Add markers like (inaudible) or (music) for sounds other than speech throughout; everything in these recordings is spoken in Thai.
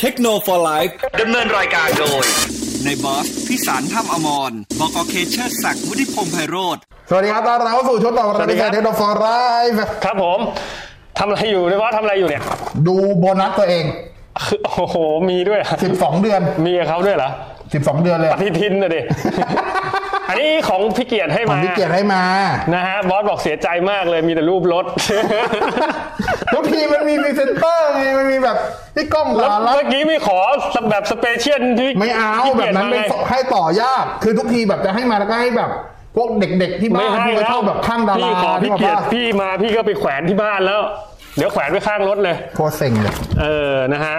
เทคโนโลยีไลฟ์ ดำเนินรายการโดย ในบอสพิสารถ้ำอมรบกเคเชอร์ศักดิ์วุฒิพงษ์ไพโรธ สวัสดีครับต้อนรับเข้าสู่ชดต่อรายการเทคโนฟอร์ไลฟ์ ครับผมทำอะไรอยู่เรียกว่าทำอะไรอยู่เนี่ย ดูโบนัสตัวเอง คือโอ้โห มีด้วยเหรอ 12 เดือน มีกับเขาด้วยเหรอ 12 เดือนเลย ปฏิทิน (laughs) นะดิ อันนี้ของพี่เกียรติให้ ผม มา ที่เกียรติให้มา นะฮะบอสบอกเสียใจมากเลยมีแต่รูปรถ ทุกทีมันมีพรีเซนเตอร์ไงมันมีแบบพี่ก้อง แล้ว สารัต เมื่อกี้ไม่ขอแบบสเปเชียลที่ ไม่เอา พี่ แบ กีย บ รติ นั้นไป มาไง ให้ต่อยาก คือทุกทีแบบจะให้มาแล้วก็ให้แบบ พวกเด็กๆที่บ้านที่มาเช่าแบบข้างดารา พี่ขอพี่ ที่ เกียร บ้า ติพี่มาพี่ก็ไปแขวนที่บ้านแล้ว เดี๋ยวแขวนไว้ข้างรถเลย โคตรเซ็งเลย เออนะฮะ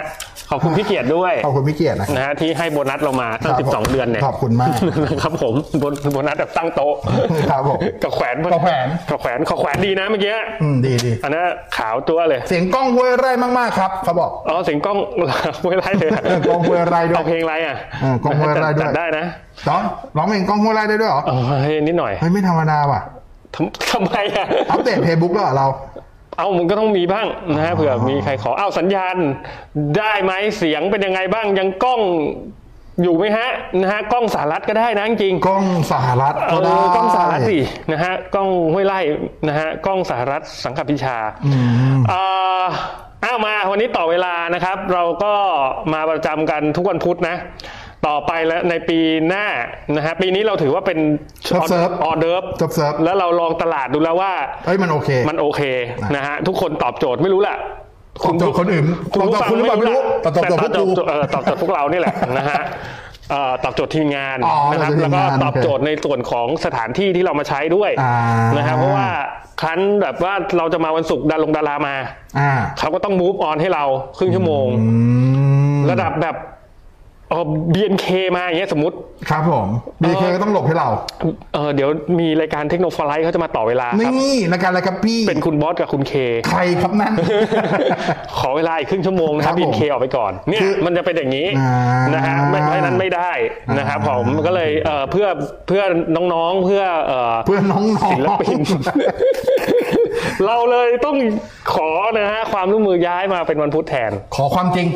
ขอบคุณพี่เกียรติด้วย ขอบคุณพี่เกียรตินะ นะฮะที่ให้โบนัสเรามาตั้ง ครับผม 12 เดือนเนี่ย ขอบคุณมาก ครับผมโบนโบนัสแบบตั้งโต๊ะ ครับผม กับแขวน กับแขวน กับแขวนขอแขวนดีนะเมื่อกี้ อืมดีดี อันนั้นขาวตัวเลย เสียงกล้องห้วยไร่มากๆครับเขาบอก อ๋อเสียงกล้อง (laughs) ไม่ไรเลย เออกล้องห้วยไร่ด้วย เอาเพลงไรอ่ะ เออกล้องห้วยไร่ด้วย จัดได้นะ ร้องร้องเพลงกล้องห้วยไร่ได้ด้วยเหรอ เออนิดหน่อย เฮ้ยไม่ธรรมดาว่ะ ทำทำไมอ่ะ อัปเดตเพย์บุ๊กแล้วเหรอเรา เอามันก็ต้องมีบ้างนะฮะเผื่อมีใครขอเอาสัญญาณได้ไหมเสียงเป็นยังไงบ้างยังกล้องอยู่ไหมฮะนะฮะกล้องสหรัฐก็ได้นะจริง กล้องสหรัฐ เอ ก็ อ ได้ กล้องสหรัฐสินะฮะกล้องห้วยไล่นะฮะกล้องสหรัฐสังกัดพิชาเอ่อเอามาวันนี้ต่อเวลานะครับ เราก็มาประจำกันทุกวันพุธนะ ต่อไปแล้วในปีหน้านะฮะปีนี้เราถือว่าเป็นออ เซิร์ฟ ออเดิร์ฟ เซิร์ฟเซิร์ฟ แล้วเราลองตลาดดูแล้วว่า เอ้ยมันโอเค มันโอเคนะฮะทุกคนตอบโจทย์ไม่รู้แหละ ตอบโจทย์คนอื่น คุณผู้ ตอบโจทย์ ฟัง คุณหรือเปล่าไม่รู้ ะ แต่ตอบโจทย์พวกกู แเออตอบโจทย์พวกเรานี่ (laughs) แหละนะฮะเอ่อตอบโจทย์ทีมงาน อ๋อ นะครับ ตอบโจทย์ทีม แล้วก็ งาน ตอบโจทย์ในส่วนของสถานที่ที่เรามาใช้ด้วย อ่าน นะฮะเพราะว่าครั้นแบบว่าเราจะมาวันศุกร์ดาลงดารามา อ่า เขาก็ต้องมูฟออนให้เราครึ่งชั่วโมง อืม ระดับแบบเออ BNK มาอย่างเงี้ยสมมติ ครับผมบีเคก็ต้องหลบให้เรา เออเดี๋ยวมีรายการเทคโนโลยีเขาจะมาต่อเวลาครับ นี่รายการอะไรครับพี่ เป็นคุณบอสกับคุณเค ใครครับ (laughs) นั่น ขอเวลาอีกครึ่งชั่วโมงนะครัครับบบิผม นเคออกไปก่อนเนี่ย คือ มันจะเป็นอย่างนี้ อ่าน นะฮะไม่เพราะฉะนั้นไม่ได้นะครับ อ่า ผมก็เลยเอ่อเพื่อเพื่อน้องๆเพื่อเอ่อ เพื่อนน้องๆ ศิลปิน เราเลยต้องขอนะฮะความร่วมมือย้ายมาเป็นวันพุธแทน (laughs) ขอความจริง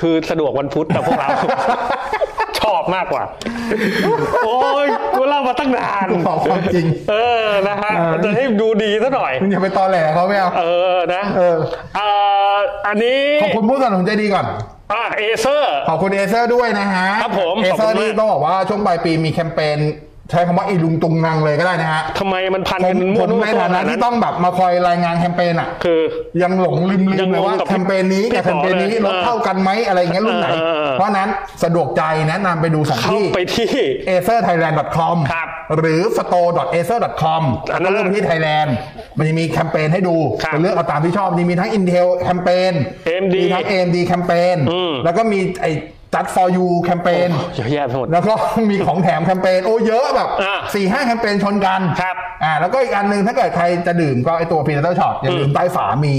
คือสะดวกวันพุธแต่พว (laughs) กเรา ชอบมากกว่า โอ้ยกูเล่ามาตั้งนาน ขอความจริง เออนะฮะ เออ จะให้ดูดีซะหน่อย มึงอย่าไปตอแหลเขาไม่เอา เออนะ เออ เอ่ออันนี้ ขอบคุณผู้สนับสนุนใจดีก่อน อ่าเอเซอร์ ขอบคุณเอเซอร์ด้วยนะฮะ ครับผม เอ ขอบ เซอ คุ ร์ ณมาก นี่ต้องบอกว่าช่วงปลายปีมีแคมเปญใช้คำว่าอีลุงตุงนังเลยก็ได้นะฮะ ทำไมมันพัน ผ กั ม น ผ มั่ว ม นู่น ในฐานะที่ต้องแบบมาคอยรายงานแคมเปญอ่ะ คือ ยังหลงลืมลื ยั ม ง เลยว่า หลงกับ แคมเปญนี้ พี่ กับแคมเปญนี้ ป๋อเลย ลดเท่ากันไหมอะไรอย่างเงี้ยรุ่นไหน เออเออ เพราะนั้นสะดวกใจแนะนำไปดูสอง เข้า ที่ ไปที่ a c e r t h a i l a n d c o m ครับ หรือ store.acer.com อันนั้ ก็ น เริ่มที่ไทยแลนด์มันจะมีแคมเปญให้ดู ครับ ไปเลือกเอาตามที่ชอบนี่มีทั้ง Intel แคมเปญ AMD มีทั้ง AMD แคมเปญ อืม แล้วก็มีไอ้จัด for you แคมเปญ เยอะแยะไปหมด แล้วก็มีของแถมแคมเปญโอ้เยอะแบบ อ่า สี่ห้าแคมเปญชนกัน ครับ อ่าแล้วก็อีกอันหนึ่งถ้าเกิดใครจะดื่มก็ไอตัวพีเตอร์ช็อตอย่าลืมใต้ฝามี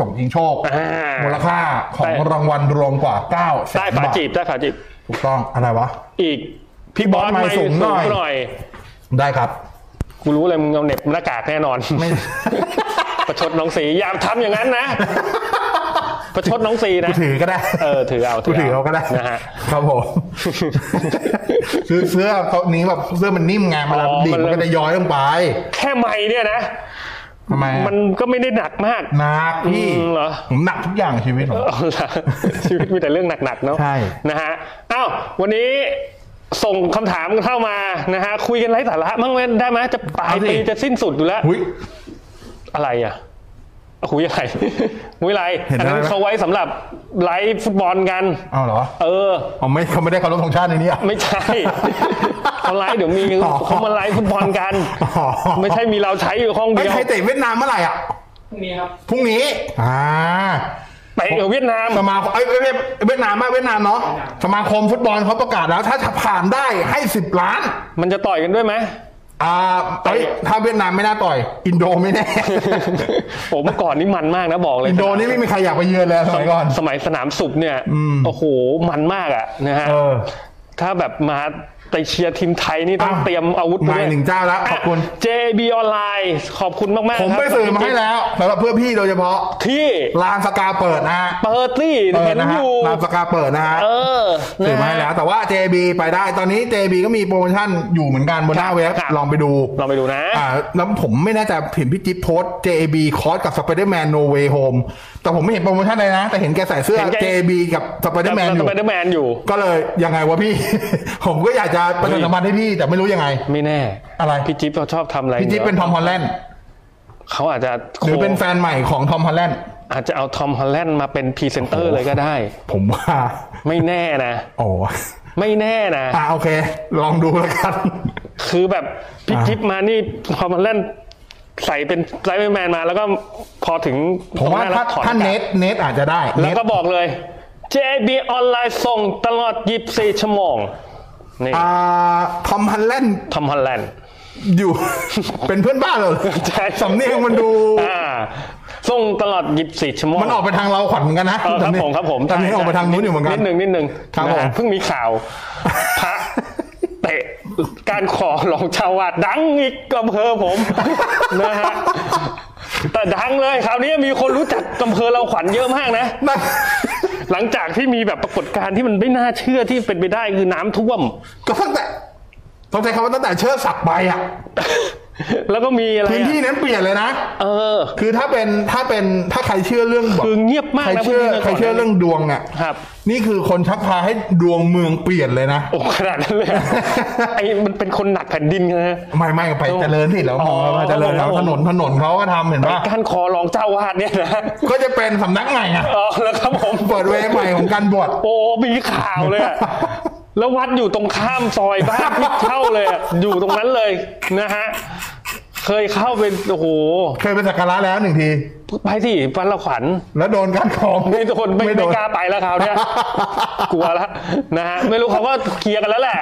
ส่งยิงโชค อ่ามู มูลค่าของรางวัลรวมกว่า9ก้าแส ใต้ น ฝา บาท จีบใต้ฝาจีบ ถูกต้องอะไรวะ อีก พี่บอสไม่สูงหน่อย หน่อย ได้ครับ กูรู้เลยมึงเอาเหน็บหน้ากากแน่นอน ไม่ (laughs) ประชดน้องสีอย่าทำอย่างนั้นนะ (laughs) ประชดน้องสีนะ กูถือก็ได้ เออถือเอา กูถือเอาก็ได้ นะฮะ ครับ (laughs) ผมคือเสื้อตัวนี้แบบเสื้อมันนิ่มไงเวลา อ๋อ ดิ่ง มัน มัน เลย ก็จะย้อยลงไป แค่ไม่เนี่ยนะ ทำไมอะ มันก็ไม่ได้หนักมาก หนักพี่ อืมเหรอ ผมหนักทุกอย่างชีวิตผม เอาล่ะ (laughs) ชีวิตมีแต่เรื่องหนักๆเนาะ ใช่ นะฮะอ้าววันนี้ส่งคำถามกันเข้ามานะฮะคุยกันไร้สาระมั้งไหมได้ไหมจะปลายปีจะสิ้นสุดอยู่แล้ว หุ้ย อะไรอ่ะคุยอะไร (laughs) คุยอะไร เห็น อันนั้น อะไรนะ เขาไว้สำหรับไลฟ์ฟุตบอลกัน เอาเหรอ เออ ผมไม่เขาไม่ได้เคารพธงชาติในนี้อะ ไม่ใช่ (laughs) เขาไลฟ์เดี๋ยวมี อ๋อ เขามาไลฟ์ฟุตบอลกัน อ๋อ ไม่ใช่มีเราใช้อยู่ห้อง เฮ้ เดี ย ยว ไทยเตะเวียดนามเมื่อไหร่อ่ะพรุ่งนี้ครับพรุ่งนี้อ่า ไปกับเวียดนาม สมาคมเอ้ยเอ้ยเอ้ยเวียดนามมากเวียดนามเนาะสมาคมฟุตบอลเขาประกาศแล้ว ถ้าผ่านได้ให้สิบล้าน มันจะต่อยกันด้วยไหม (laughs) อ่าเอ้ยถ้าเวียดนามไม่น่าต่อย อินโดไม่ (laughs) แน่ โอ้เมื่อก่อนนี่มันมากนะบอกเลย อินโดนี่ไม่มีใครอยากไปเยือนเลยสมัยก่อน สมัยสนามสุบเนี่ย อืม โอ้โห มันมากอะนะฮะ เออ ถ้าแบบมา แต่เชียร์ทีมไทยนี่ต้อง อ้าว เตรียมอาวุธ มาอีกหนึ่งเจ้าแล้วขอบคุณ ะ JB ออนไลน์ขอบคุณมากๆ ผม ครับ ไปสื่อมาให้แล้วสำหรับเพื่อพี่โดยเฉพาะ ที่ ลานสกาเปิดนะฮะ เปิดที่ เปิ เห็ ด น นะ อ ฮะ ยู่ ลานสกาเปิดนะฮะ เออนะฮะ ถือมาให้แล้วแต่ว่า JB ไปได้ตอนนี้ JB ก็มีโปรโมชั่นอยู่เหมือนกันบนหน้าเว็บ ครับ ลองไปดู ลองไปดูนะ อ่าแล้วผมไม่แน่ใจเห็นพี่จิ๊บโพสต์ JB คอร์สกับ Spider-Man No Way Home แต่ผมไม่เห็นโปรโมชั่นเลยนะ แต่เห็นแกใส่เสื้อ เห็นแก JB กับ Spider-Man อยู่ สไปเดอร์แมนอยู่ ก็เลยยังไงวะพี่ (laughs) ผมก็อยากจะประชาสัมพันธ์ให้พี่แต่ไม่รู้ยังไง ไม่แน่ อะไร พี่จิ๊บเขาชอบทำอะไร พี่จิ๊บเป็นทอมฮอลแลนด์ เขาอาจจะ หรือเป็นแฟนใหม่ของทอมฮอลแลนด์ อาจจะเอาทอมฮอลแลนด์มาเป็นพรีเซนเตอร์เลยก็ได้ ผมว่า ไม่แน่นะ โอ้ ไม่แน่นะ อ่าโอเค ลองดูแล้วกัน คือแบบพี่ อ่า จิ๊บมานี่ทอมฮอลแลนด์ใส่เป็นไซเบอร์แมนมา แล้วก็พอถึง ผมว่า ตรงหน้ ถ้า แล้วถอด ถ้าเน็ตเน็ตอาจจะได้ แล้ว เน็ต ก็บอกเลย JB ออนไลน์ส่งตลอด 24 ชั่วโมงนี่ อ่าทอมฮันแลนด์ ทอมฮอลแลนด์ อยู่ (laughs) เป็นเพื่อนบ้านเหรอ ใช่ สำเนียงมันดู อ่าส่งตลอด 24 ชั่วโมง มันออกไปทางเราขวัญเหมือนกันนะ เออครับ สำเนียง ผมครับผม สำเนียงออกไปทางนู้นอยู่เหมือนกัน นิดหนึ่งนิดหนึ่ง ครับ นะฮะ ผม เพิ่งมีข่าวพระเตะการขอหลองชาวาดดังอีกอำเภอผม นะฮะแต่ดังเลยคราวนี้มีคนรู้จักอำเภอเราขวัญเยอะมากนะ นั่น หลังจากที่มีแบบปรากฏการณ์ที่มันไม่น่าเชื่อที่เป็นไปได้คือน้ำท่วม ก็ตั้งแต่ต้องใช้คำว่าตั้งแต่เชิดศักดิ์ไปอ่ะ แล้วก็มีอะไร พื้นที่ อะ นั้นเปลี่ยนเลยนะ เออ คือถ้าเป็นถ้าเป็นถ้าใครเชื่อเรื่องแบบ คือเงียบมาก ใคร นะ เชื่อ พื้นที่ ใครเชื่อ ก่น เรื่องดวงอ่ะ ครับ นี่คือคนชักพาให้ดวงเมืองเปลี่ยนเลยนะ โอ้ขนาดนั้น (laughs) เลยอะไอ้มันเป็นคนหนักแผ่นดินนะฮะ ไม่ไม่ไปเจริญที่แล้วมอ๋อ องว่าเจริญ ครั แล้ บ ว ผม ถนนถนนเขาก็ทำเห็นป่ะ การขอหลองเจ้าวาดเนี่ยนะ ก็จะเป็นสำนักใหม่อ่ะ อ๋อแล้วครับผม เปิดเวย์ใหม่ของการบวช โอ้มีข่าวเลยอะแล้ววัดอยู่ตรงข้ามซอยบ้าน (laughs) พี่เช่าเลยอะอยู่ตรงนั้นเลยนะฮะ เคยเข้าไปโอ้โห เคยไปสักการะแล้วหนึ่งที ไปสิบ้านละขวัญ แล้วโดนการของ ไม่โดนไม่ไม่กล้าไปแล้วคราว (laughs) เนี้ยกลัวละนะฮะไม่รู้เขาก็เคลียร์กันแล้วแหละ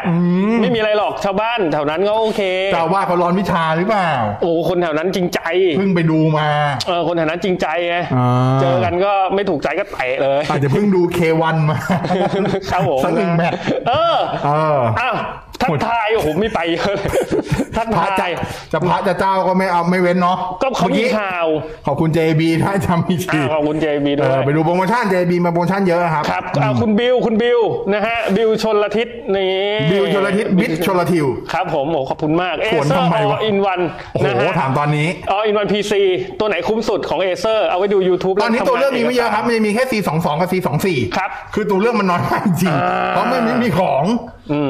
ไม่มีอะไรหรอกชาวบ้านแถวนั้นก็โอเค เจ้าอาว่าสเขาร้อนวิชาหรือเปล่า โอ้โหคนแถวนั้นจริงใจ เพิ่งไปดูมา เออคนแถวนั้นจริงใจไง อ่า เจอกันก็ไม่ถูกใจก็เตะเลย (laughs) อาจจะเพิ่งดูเควันมา ครับผม สักหนึ่งแมตช์ เออ เออ อ้าวทักทายโอ้โหไม่ไปเย (laughs) อะเลยทัก พระ ทา จะ ย จะพระจะเจ้าก็ไม่เอาไม่เว้นเนาะ ก็เขา เมื่อ มี กี้ ข่าว ขอบคุณ JB ถ้าจำอีกที อ้าวขอบคุณเจบีด้ เอ วย อไปดูโปรโมชั่น JB มาโปรโมชั่นเยอะครับ ครับอ้าวคุณบิวคุณบิวนะฮะบิวชนละทิศนี่ บิวชลทิศบิดชลทิว ครับผมโอ้ขอบคุณมากเอ สวน เซอ ทำ ร์ ไมวะ อินวัน โอ้โห นะฮะ ถามตอนนี้ ออินวันพีซีตัวไหนคุ้มสุดของเอเซอร์เอาไว้ดู YouTube ตอนนี้ แทำงา ตัวเลือกมีไม่เยอะครับมันจะมีแค่ C22 กับ C24 ครับ คือตัวเลือกมันน้อยมากจริง อ่า เพราะมันไม่มีของ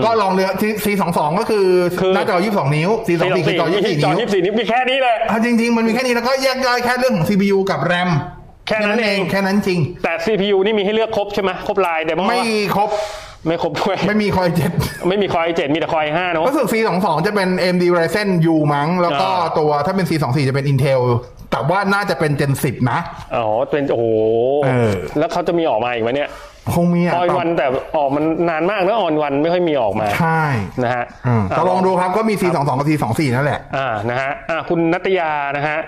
ก็ลองเลือก C22 ก็คือ คือ หน้าจอ 22 นิ้ว สี่สอ C24 ง คือ สี่ จอ 24 จอ นิ้ว ยี่สี่นิ้วมีแค่นี้เลย เอาจริง ๆ มันมีแค่นี้แล้วก็แยกย่อยแค่เรื่องของ CPU กับ RAM แค่นั้นเอง แค่นั้นจริง แต่ CPU นี่มีให้เลือกครบใช่ไหมครบลายเดี๋ยวมั้ง ไม่ครบ ไม่ครบด้วย ไม่มีคอยเจ็ด ไม่มีคอยเจ็ดมีแต่คอยห้าเนอะ ก็สึก C22 จะเป็น AMD Ryzen U มั้ง แล้วก็ อ่า ตัวถ้าเป็น C24 จะเป็น Intel แต่ว่าน่าจะเป็น Gen 10 นะ อ๋อเป็นโอ้โห เออ แล้วเขาจะมีออกมาอีกไหมเนี่ย คงมีอ่ะ ออนวันแต่ออกมันนานมากแล้วออนวันไม่ค่อยมีออกมา ใช่ นะฮะ อืมก็ลองดูครับก็มี C22 กับ C24 นั่นแหละ อ่านะฮะอ่าคุณนัตยานะฮะ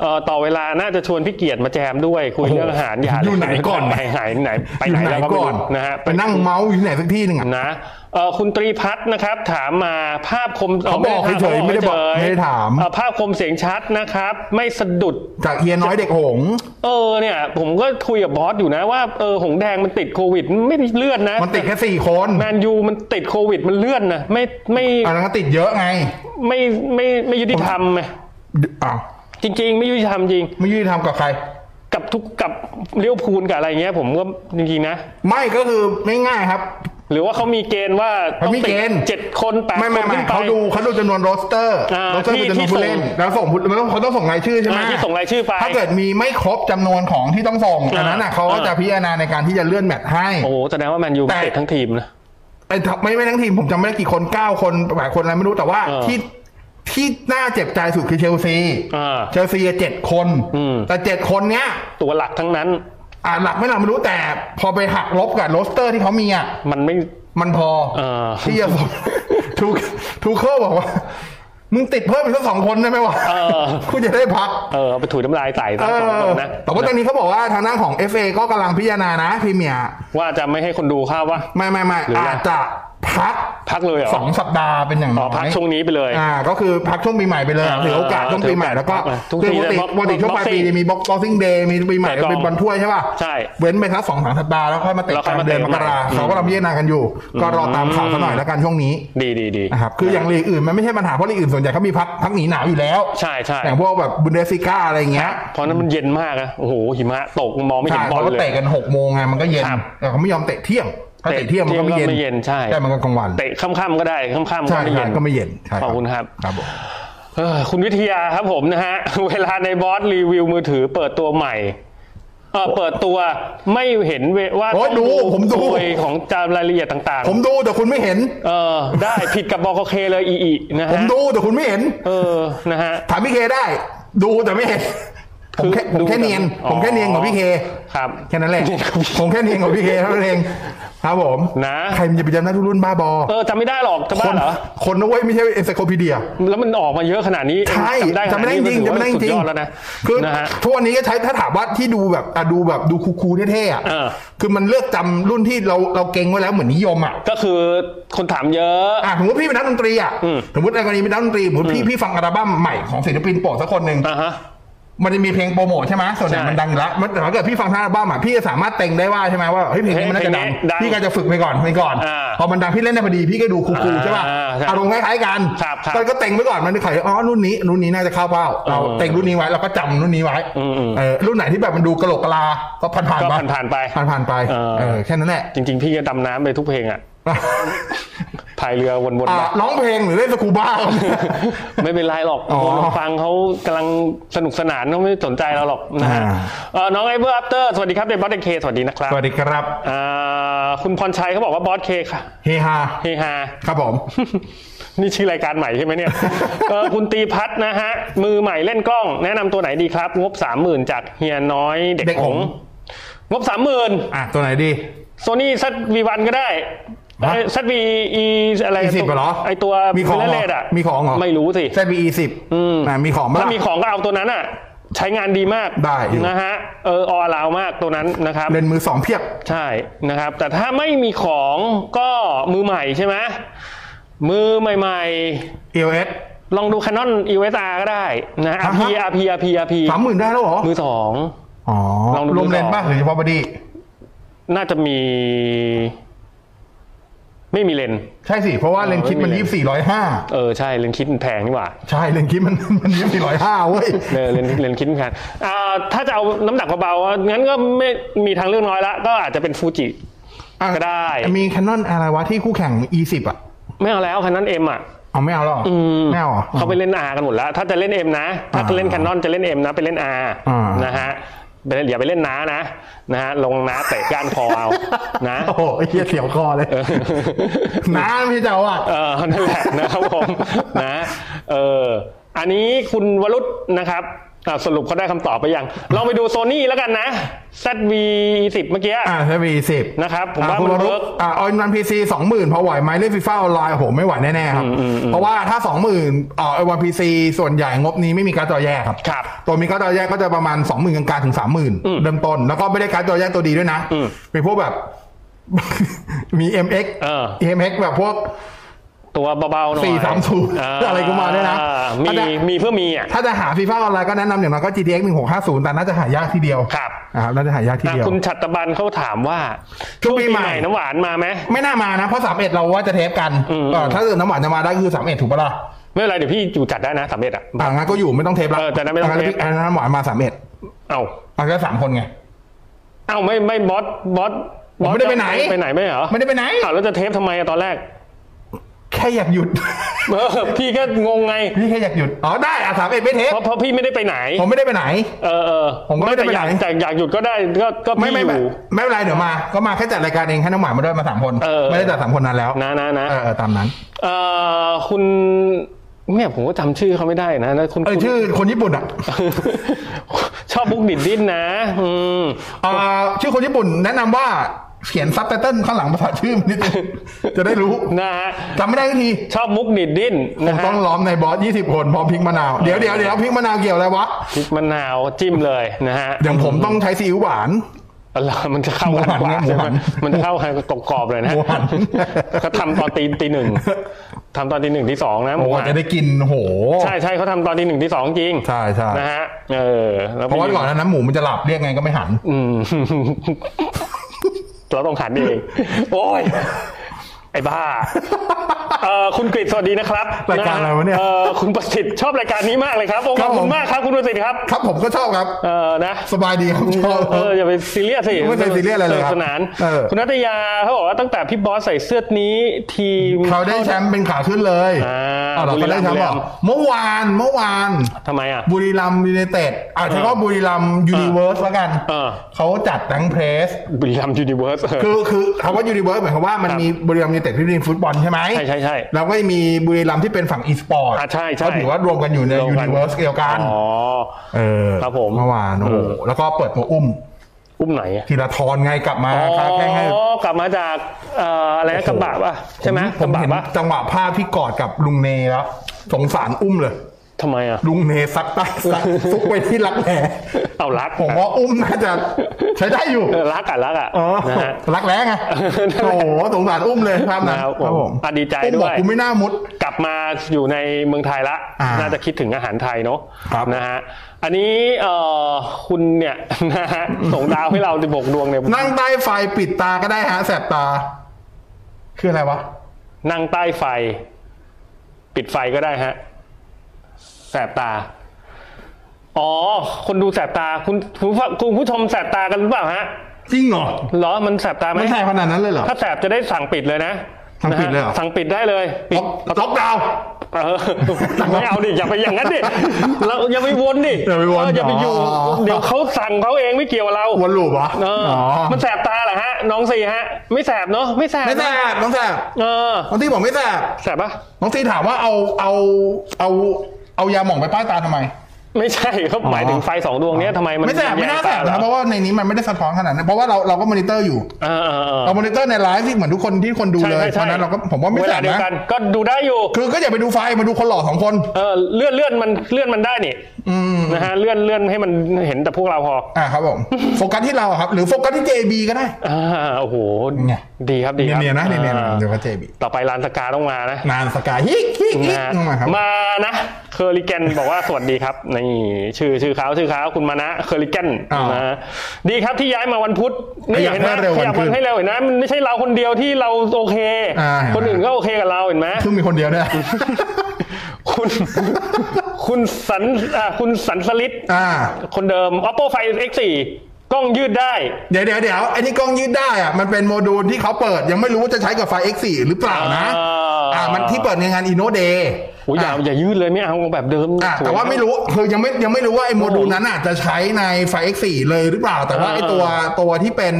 เอ่อต่อเวลาน่าจะชวนพี่เกียรติมาแจมด้วยคุยเรื่องอาหารอย่า อยู่ไหนก่อน ไปไหนไหนไปไหนแล้วก็ไม่ ก่อน รู้นะฮะ ไปนั่งเมาส์อยู่ที่ไหนสักที่หนึ่งอ่ะ นะเอ่อคุณตรีพัฒน์นะครับ ถามมาภาพคม เขาบอกเฉยๆไม่ได้บอกไม่ได้ถาม เอ่อภาพคมเสียงชัดนะครับ ไม่สะดุด จากเฮียน้อยเด็กหงส์ เออเนี่ย ผมก็คุยกับบอสอยู่นะว่าเออหงแดงมันติดโควิดไม่ได้เลื่อนนะ มันติดแค่สี่คน แมนยูมันติดโควิดมันเลื่อนนะไม่ไม่ อันนั้นก็ติดเยอะไง ไม่ไม่ไม่ยุติธรรมไง อ้าว จริง ๆ ไม่ยุติธรรมจริง ไม่ยุติธรรมกับใคร กับทุกกับเลี้ยวพูลกับอะไรเงี้ย ผมก็จริงๆนะ ไม่ก็คือง่ายๆครับ หรือว่าเขามีเกณฑ์ว่าต้เขาองติมี ด เกณฑ์ เจ็ดคนแปด ไม่ คน ไม่ไม่ ขึ้นไป เขาดูเขาดูจำนวนโรสเตอร์ อ่า โรสเตอร์ ที่ คือจำนวน ที่ส่ ผู้ ง เล่นแล้วส่งผู้มันต้องเขาต้องส่งรายชื่อใช่ไหม อ่าที่ส่งรายชื่อไป ถ้าเกิดมีไม่ครบจำนวนของที่ต้องส่ง อ่า อันนั้นน่ะเขาก็ อ่า จะพิจารณาในการที่จะเลื่อนแมตช์ให้ โอ้โหแสดงว่าแมนยู แต่ ติดทั้งทีมนะ ไอ้ทไม่ไม่ทั้งทีมผมจำไม่ได้กี่คนเก้าคนหลายคนอะไรไม่รู้แต่ว่า เออ ที่ที่น่าเจ็บใจสุดคือเชลซี อ่า เชลซีเจ็ดคน อืม แต่เจ็ดคนเนี้ย ตัวหลักทั้งนั้น อ่าหลักไม่หลักไม่รู้แต่พอไปหักลบกับโรสเตอร์ที่เขามีอ่ะ มันไม่ มันพอ เออ ที่จะ (laughs) ส่งทูทูเคิลบอกว่า มึงติดเพิ่มอีกสักสองคนได้ไหมวะ เออ กูจะได้พัก เออเอาไปถุยน้ำลายใส่ เอ ตามอตรงๆนะ แต่ว่าตอนนี้เขาบอกว่าทางด้านของ FA ก็กำลังพิจารณานะพรีเมียร์ ว่าจะไม่ให้คนดูเข้าวว่า ไม่ไม่ไม่ หรือยัง อาจจะพ พัก พักเลยเหรอ สองสัปดาห์เป็นอย่าง อ๋ น้ อ อย พักช่วงนี้ไปเลย อ่า ก็คือพักช่วงปีใหม่ไปเลย อ่า ถือโอกาสช่วงปีใหม่แล้วก็ ทุก คือ ปี ปกติ เลย ปกติช่วงปลายปี boxing จะมี boxing day มีปีใหม่ แต่ก่อน เป็นบอลถ้วยใช่ป่ะ ใช่ เว้นไปสักสองสามสัปดาห์แล้วค่อยมาเตะ แล้ว ก ค่อ ลายง มา เดือนมกรา เตะใหม่ เขาก็กำลังพิจารณากันอยู่ ก็รอตามข่าวสักหน่อยแล้วกันช่วงนี้ ดีดีดี นะครับคืออย่างลีกอื่นมันไม่ใช่ปัญหาเพราะลีกอื่นส่วนใหญ่เขามีพักพักหนีหนาวอยู่แล้ว ใช่ใช่ อย่างพวกแบบบุนเดสซิก้าอะไรอย่างเงี้ย เพราะนั้นมันเย็นมากนะโอ้โหหิมะตกมองไม่เห็ ใช่ นบอ เขา ล ก็ เลย เตะกันหกโมงไงมันก็เย็น ครับ แต่เขาไม่ยอมเตะเที่ยงถ้าเตะเที่ยงมันก็ไม่ เตะเที่ยงก็ไม่เย็ เย็ นใช่ แต่มันก็กลางวัน เตะค่ำๆก็ได้ค่ำๆก็ ใช่ ไม่เย็น ก็ไม่เย็นใช่ ขอบคุณครับ ครับผม เออคุณวิทยาครับผมนะฮะ (laughs) เวลาในบอสรีวิวมือถือเปิดตัวใหม่เออเปิดตัวไม่เห็นเวว่า โอ้ยดูผมดู โดยของจารายละเอียดต่าง ผมดูแต่คุณไม่เห็น ๆ เออ ได้ผิดกับบอเคเลยอีอีนะ ผม ฮะ ดูแต่คุณไม่เห็น เออนะฮะ ถามพี่เคได้ ดูแต่ไม่เห็น ผมแค่ คืผอมแค่ ดูแต่ เนียน อ๋อ ผมแค่เนียนกว่าพี่เค ครับ แค่นั้นแหละ เนียนกว่าพี่ ผมแค่เนียนกว่าพี่เคเท่านั้นเองครับผม นะ ใครมันจะไปจำได้ทุกรุ่นบ้าบอ เออจำไม่ได้หรอกจะ ค บ้าน เหรอ คนนะเว้ยไม่ใช่เอ็นไซโคพีเดีย แล้วมันออกมาเยอะขนาดนี้ ใช่ จำได้ข จำ นา ไม่ ด ได้จ นี้ ริงๆจำไม่ได้จ ถื ริ อง ว่าสุดยอดแล้วนะ ๆคือ นะฮะ ทุกวันนี้ก็ใช้ถ้าถามว่าที่ดูแบบอ่ะดูแบบดูคูลๆเท่ๆอ่ะ เออ คือมันเลือกจำรุ่นที่เราเราเก่งไว้แล้วเหมือนนิยมอ่ะ ก็คือคนถามเยอะ อ่ะสมมติพี่เป็นนักดนตรีอ่ะ อืม สมมติในกรณีเป็นนักดนตรีสมมติพี่พี่ฟังอัลบั้มใหม่ของศิลปินโปรดสักคนหนึ่ง อ่ะฮะ มันจะมีเพลงโปรโมทใช่ไหมส่วนใหญ่ ใช่ มันดังอยู่แล้วมันแต่ถ้าเกิดพี่ฟังทั้งอัลบั้มอ่ะพี่จะสามารถเต็งได้ว่าใช่ไหมว่าเฮ้ยเพลงนี้มันน่าจะดัง เพลงนี้ดัง พี่ก็จะฝึกไปก่อนไปก่อน อ่า พอมันดังพี่เล่นได้พอดีพี่ก็ดูคูลๆใช่ป่ะ อ่าใช่ อารมณ์คล้ายๆกัน ครับครับ มันก็เต็งไปก่อนมันจะขายอ๋อรุ่นนี้รุ่นนี้น่าจะเข้าเป้าเราเต็งรุ่นนี้ไว้เราก็จำรุ่นนี้ไว้ อืมๆ เออรุ่นไหนที่แบบมันดูกระโหลกกะลา ก็ผ่านผ่าน ก็ ไป ผ่านๆไป ผ่านผ่านไป เออ เออแค่นั้นแหละ จริง ๆ พี่ก็ดำน้ำไปทุกเพลงอ่ะพายเรือวนๆ อ่ะ ไป ร้องเพลงหรือเล่นสกูบ้า (laughs) ไม่เป็นไรหรอก อ๋อ คนฟังเขากำลังสนุกสนานเขาไม่สนใจเราหรอกนะฮะ อ่า เอ่อน้องไอเบอร์อัปเตอร์ สวัสดีครับเดบอสเดเคสวัสดีนะครับ สวัสดีครับ อ่าคุณพรชัยเขาบอกว่าบอสเคค่ะ เฮฮา เฮฮา (laughs) ครับผม นี่ชื่อรายการใหม่ใช่ไหม (laughs) เนี่ย เออคุณตีพัฒน์นะฮะ มือใหม่เล่นกล้อง แนะนำตัวไหนดีครับ งบสามหมื่นจากเฮียน้อยเด็ก เด็ก ห หงงงบสามหมื่น อ่ะตัวไหนดี โซนี่ซัดวีวันก็ได้ ฮะ ซัดวีอีอะไร E10 เหรอ ไอตัว มีของเหรอ เลดอะ มีของเหรอ ไม่รู้สิ ใช่ B E สิบ อืม อ่ะมีของบ้า ถ้าง มีของก็เอาตัวนั้นอ่ะ ใช้งานดีมาก ได้อยู่ นะฮะเออออลาวมากตัวนั้นนะครับ เล่นมือสองเพียบ ใช่นะครับ แต่ถ้าไม่มีของก็มือใหม่ใช่ไหมมือใหม่ E O S ๆ ลองดู Canon EOS R ก็ได้นะ RP อ่าฮะ RP RP RP สามหมื่นได้แล้วเหรอ มือสอง อ๋อ ลองดู รวม มือสอง เลนส์ป่ะหรือเฉพาะบอดี้ น่าจะมี ไม่มีเลนส์ ใช่สิเพราะว่าเลนส์คิดมันยี่สี่ร้อยห้า เออใช่เลนส์คิดมันแพงนี่หว่า ใช่เลนส์คิดมัน (laughs) มันยี่สี่ร้อยห้าเว้ย เออเลนเลนคิดเหมือนกันอ่าถ้าจะเอาน้ำหนักเบาๆอ่ะงั้นก็ไม่มีทางเลือกน้อยละก็อาจจะเป็นฟูจิ อ่ะ ก็ได้ มีแคนนอนอะไรวะที่คู่แข่ง E สิบอ่ะ ไม่เอาแล้ว Canon M อ่ะ เอาไม่เอาหรออ ม ไม่เอาหรอ เขาไปเล่น R กันหมดแล้ว ถ้าจะเล่น M นะ ถ้าจะเล่น Canon จะเล่น M นะ ไปเล่น R อ่าน นะฮะไปเล่นอย่าไปเล่นน้านะนะฮะลงน้าเตะก้านคอเอานะ โอ้โหไอ้เหี้ยเสียวคอเลย น้าไม่ใช่เจ้าอ่ะ เออนั่นแหละนะครับผม นะเอออันนี้คุณวรุษนะครับอ่ะสรุปเขาได้คำตอบไปยังลองไปดูโซนี่แล้วกันนะ ZV10 เมื่อกี้ อ่าใช้วีสิบ นะครับผมว่ามันเวิร์ก อ่าออนนันพีซีสองหมื่นพอไหวไหมเล่นฟีฟ่าออนไลน์ผมไม่ไหวแน่ๆครับ เพราะว่าถ้าสองหมื่นอ่าไอวันพีซีส่วนใหญ่งบนี้ไม่มีการดจอแยกครับ ครับ ตัวมีการดจอแยกก็จะประมาณสองหมื่นกลางๆถึงสามหมื่นเริ่มต้น แล้วก็ไม่ได้การดจอแยกตัวดีด้วยนะ อืม เป็นพวกแบบ (laughs) มี MX เออ MX แบบพวก ตัวเบาๆหน่อย 430อะไร (laughs) ก็มาด้วยนะ อ่ามี อันเนี้ย มีเพื่อมีอ่ะ ถ้าจะหาฟีฟ่าออนไลน์ก็แนะนำอย่างน้อยก็ GTX 1650 แต่น่าจะหายากทีเดียว ครับ นะครับน่าจะหายากที อ่ะ เดียว คุณฉัตรบันเขาถามว่า ช่วงปีใหม่ น้ำหวานมาไหม ไม่น่ามานะ เพราะ 31 เราว่าจะเทปกัน อืม เออถ้าเกิดน้ำหวานจะมาได้คือ 31 ถูกปะล่ะ ไม่เป็นไรเดี๋ยวพี่อยู่จัดได้นะสามเอ็ดอ่ะ อ่างั้นก็อยู่ไม่ต้องเทปละ เออแต่นั้นไม่ต้องเทป างั้นน้ำหวานมา 31 เอ้า เอาแค่สามคนไง เอ้าไม่ไม่บอสบอสบผอสมไม่ได้ไปไหน ไปไหนไม่เหรอ ไม่ได้ไปไหน อ้าวแล้วจะเทปทำไมอะตอนแรก (laughs) แค่อยากหยุด เออพี่ก็งงไง นี่แค่อยากหยุด อ๋อได้อ่ะ31ไม่เทป เพราะเพราะพี่ไม่ได้ไปไหน ผมไม่ได้ไปไหน เออเออ ผมก็ไม่ได้ไปไหน แต่อยากหยุดก็ได้ก็ก็ ไม่ พี่ ไม่ อ ไม่ ยู่ ไม่เป็นไรเดี๋ยวมา ก็มาแค่จัดรายการเองให้น้ำหวานมาด้วยมาสามคน เออ ไม่ได้จัดสามคนนั้นแล้ว นะนะนะ เออเออตามนั้น เออคุณเนี่ยผมก็จำชื่อเขาไม่ได้นะแล้วคุณ เออ คุณ ชื่อคนญี่ปุ่นอ่ะ (laughs) ชอบบุกดิดดิ้นนะอืม เอ่อชื่อคนญี่ปุ่นแนะนำว่าเขียนซับไตเติ้ลข้างหลังภาษาชื่อมันนิดนึง (laughs) จะได้รู้ นะฮะ จำไม่ได้สักที ชอบมุกดิดดิ้น ผ นะ ม ฮะ ต้องล้อมในบอส 20 คนพร้อมพริกมะนาว เดี๋ยวเดี๋ยวเดี๋ยวพริกมะนาวเกี่ยวอะไรวะ พริกมะนาวจิ้มเลยนะฮะ อย่างผมต้องใช้ซีอิ๊วหวาน เอาล่ะมันจะเข้ากันกว่า หมูหัน ใช่หมูไหมหัน มันจะเข้ากันกรอบๆเลยนะ หมูหัน เขาทำตอนตีตีหนึ่งทำตอนตีหนึ่งที่สองนะหมู โอ้ หัน จะได้กินโห ใช่ใช่เขาทำตอนตีหนึ่งที่สองจริง ใช่ใช่ นะฮะเออแล้ว เพราะว่าก่อนหนานั้นหมูมันจะหลับเรียกไงก็ไม่หัน อืม (laughs) เราต้องหันเองโอ้ยไอ้บ้าเออคุณกฤษสวัสดีนะครับ รายการอะไรวะเนี่ย ออคุณประสิทธิ์ชอบรายการนี้มากเลยครับโอ้ ค ข รั อ บบ ผม คุณมากครับคุณประสิทธิ์ครับ ครับผมก็ชอบครับ เออนะ สบายดีครับชอบ เอออย่าไปซีเรียสสิ ไม่เคยซีเรียสอะไรเลย สคนุรั ก บ สนาน เออ คุณนัตยาเขาบอกว่าตั้งแต่พี่บอสใส่เสื้อนี้ทีม เขาได้แชมป์เป็นขาขึ้นเลย อ่า เอาเหรอ บุรี เขา รั ได้แชมย์มป์เหรอ บุรีรัมย์ เมื่อวานเมื่อวาน ทำไมอ่ะ บุรีรัมย์ยูไนเต็ดอาจจะก็บุรีรัมย์ยูนิเวิร์สแล้วกัน เออ เขาจัดทั้งเพรส บุรีรัมยูนิเวิร์ส คือคือคำว่ายูนิเวิร์สหมายความว่ามัน ครับ มีบุรีรัมย์ยูไนเต็ดที่เล่นฟุตบอลใช่ไหม ใช่ใช่ใช่ แล้วก็ยังมีบุรีรัมย์ที่เป็นฝั่งอีสปอร์ต อ่ะใช่ใช่ เขาถือว่ารวมกันอยู่ในยูนิเวิร์สเดียวกัน อ๋อ เออ ครับผม เมื่อวานโอ้โห เออ แล้วก็เปิดตัวอุ้ม อุ้มไหนอะ ธีรทรไงกลับมา อ๋ ค้าแข้งให้ อกลับมาจากเอ่ออะไรนะกระบะป่ะใช่ไหม ผ กระ ม บะ เห็น ป่ะ จังหวะภาพที่กอดกับลุงเนแล้วสงสารอุ้มเลย ทำไมอ่ะ ลุงเนซักใต้ซักซุกไว้ที่รักแร้ เอารัก ผมว่าอุ้มน่าจะใช้ได้อยู่ เออรักอ่ะรักอ่ะ เออ นะฮะ รักแร้ไงโอ้โหสงสารอุ้มเลยครับนะครับ ผมอ่ะดีใจ อุ้ม ด้ บ ว อย กกูไม่น่ามุด กลับมาอยู่ในเมืองไทยละ อ่า น่าจะคิดถึงอาหารไทยเนอะ ครับ นะฮะ อันนี้เอ่อคุณเนี่ย (laughs) นะฮะส่งดาวให้เรา16ดวงเนี่ย นั่งใต้ไฟปิดตาก็ได้ฮะแสบตา คืออะไรวะ นั่งใต้ไฟ ปิดไฟก็ได้ฮะ แสบตา อ๋อ คนดูแสบตา คุณคุณผู้ฟังคุณผู้ชมแสบตากันหรือเปล่าฮะ จริงเหรอ เหรอ มันแสบตาไหม ไม่ใช่ขนาดนั้นเลยเหรอ ถ้าแสบจะได้สั่งปิดเลยนะ สั่งปิดเลยเหรอ นะฮะสั่งปิดได้เลยปิด ล็อกล็อกดาวน์ เออไม่เอาดิอย่าไปอย่างนั้น (laughs) ดิเราอย่าไปวนดิ อย่าไปวน เอออย่าไปอยู่ อ๋อ เดี๋ยวเขาสั่งเขาเองไม่เกี่ยวกับเรา วนลูปเหรอ เอออมันแสบตาเหรอฮะ น้องสี่ฮะ ไม่แสบเนาะไม่แสบ ไม่แส นะ บน้องแสบ เออ น้องตีบอกไม่แสบ แสบปะ น้องตีถามว่าเอาเอาเอาเอายาหม่องไปป้ายตาทำไม ไม่ใช่เขาหมายถึงไฟสองดวงเนี้ยทำไมมัน ไม่แสบไม่น่าแสบ เหรอ นะเพราะว่าในนี้มันไม่ได้สะท้อนขนาดนั้นเพราะว่าเราเราก็มอนิเตอร์อยู่ เออเออเออ เรามอนิเตอร์ในไลฟ์ที่เหมือนทุกคนที่คนดู ใช่ เลย ใช่ เพราะใช่ฉะนั้นเราก็ผมว่าไม่ เว แส ลา บ เดียวกั นะ น ก็ดูได้อยู่ คือก็อย่าไปดูไฟมาดูคนหล่อสองคน เออเลื่อนเลื่อนมันเลื่อนมันได้นี่ อืม นะฮะเลื่อนเลื่อนให้มันเห็นแต่พวกเราพอ อ่าครับผมโฟกัสที่เราครับ หรือโฟกัสที่ JB ก็ได้ อ่าโอ้โห ไง ดีครับดี เนี ค ยนรับ ๆนะเนียน อ่า ๆเดี๋ยวก็ JB ต่อไปลานสกาต้องมานะ นานสกายฮิกฮิกฮิก นะฮะ ลงมาครับ มานะเคอริเกนบอกว่า (laughs) สวัสดีครับนี่ชื่อชื่อเขาชื่อเขาคุณมานะเคอริเกน อ่าน นะดีครับที่ย้ายมาวันพุธขนี่ยับ เห็นไหม ให้เร็ว ขยับ วันขึ้ วัน น ให้เร็วเห็นไหมมันไม่ใช่เราคนเดียวที่เราโอเค อ่าเห็นไหม คนอื่นก็โอเคกับเราเห็นไหม ซึ่งมีคนเดียว (laughs) ด้วย คุณ คุณ (laughs) สันอ่าคุณสันสลิด อ่า คนเดิม oppo find x4 กล้องยืดได้ เดี๋ยวเดี๋ยวเดี๋ยวไอ้นี่กล้องยืดได้อะมันเป็นโมดูลที่เขาเปิดยังไม่รู้ว่าจะใช้กับไฟ X4 หรือเปล่านะ อ่า อ่ามันที่เปิดในงาน Inno Day โอ้ยอย่าอย่ายืดเลยไม่เอาแบบเดิม อ่า สย แต่ว่าไม่รู้คือยังไม่ยังไม่รู้ว่าไอ้โมดูลนั้นอ่ะจะใช้ในไฟ X4 เลยหรือเปล่า แต่ว่าไอ้ตัวตัวที่เป็น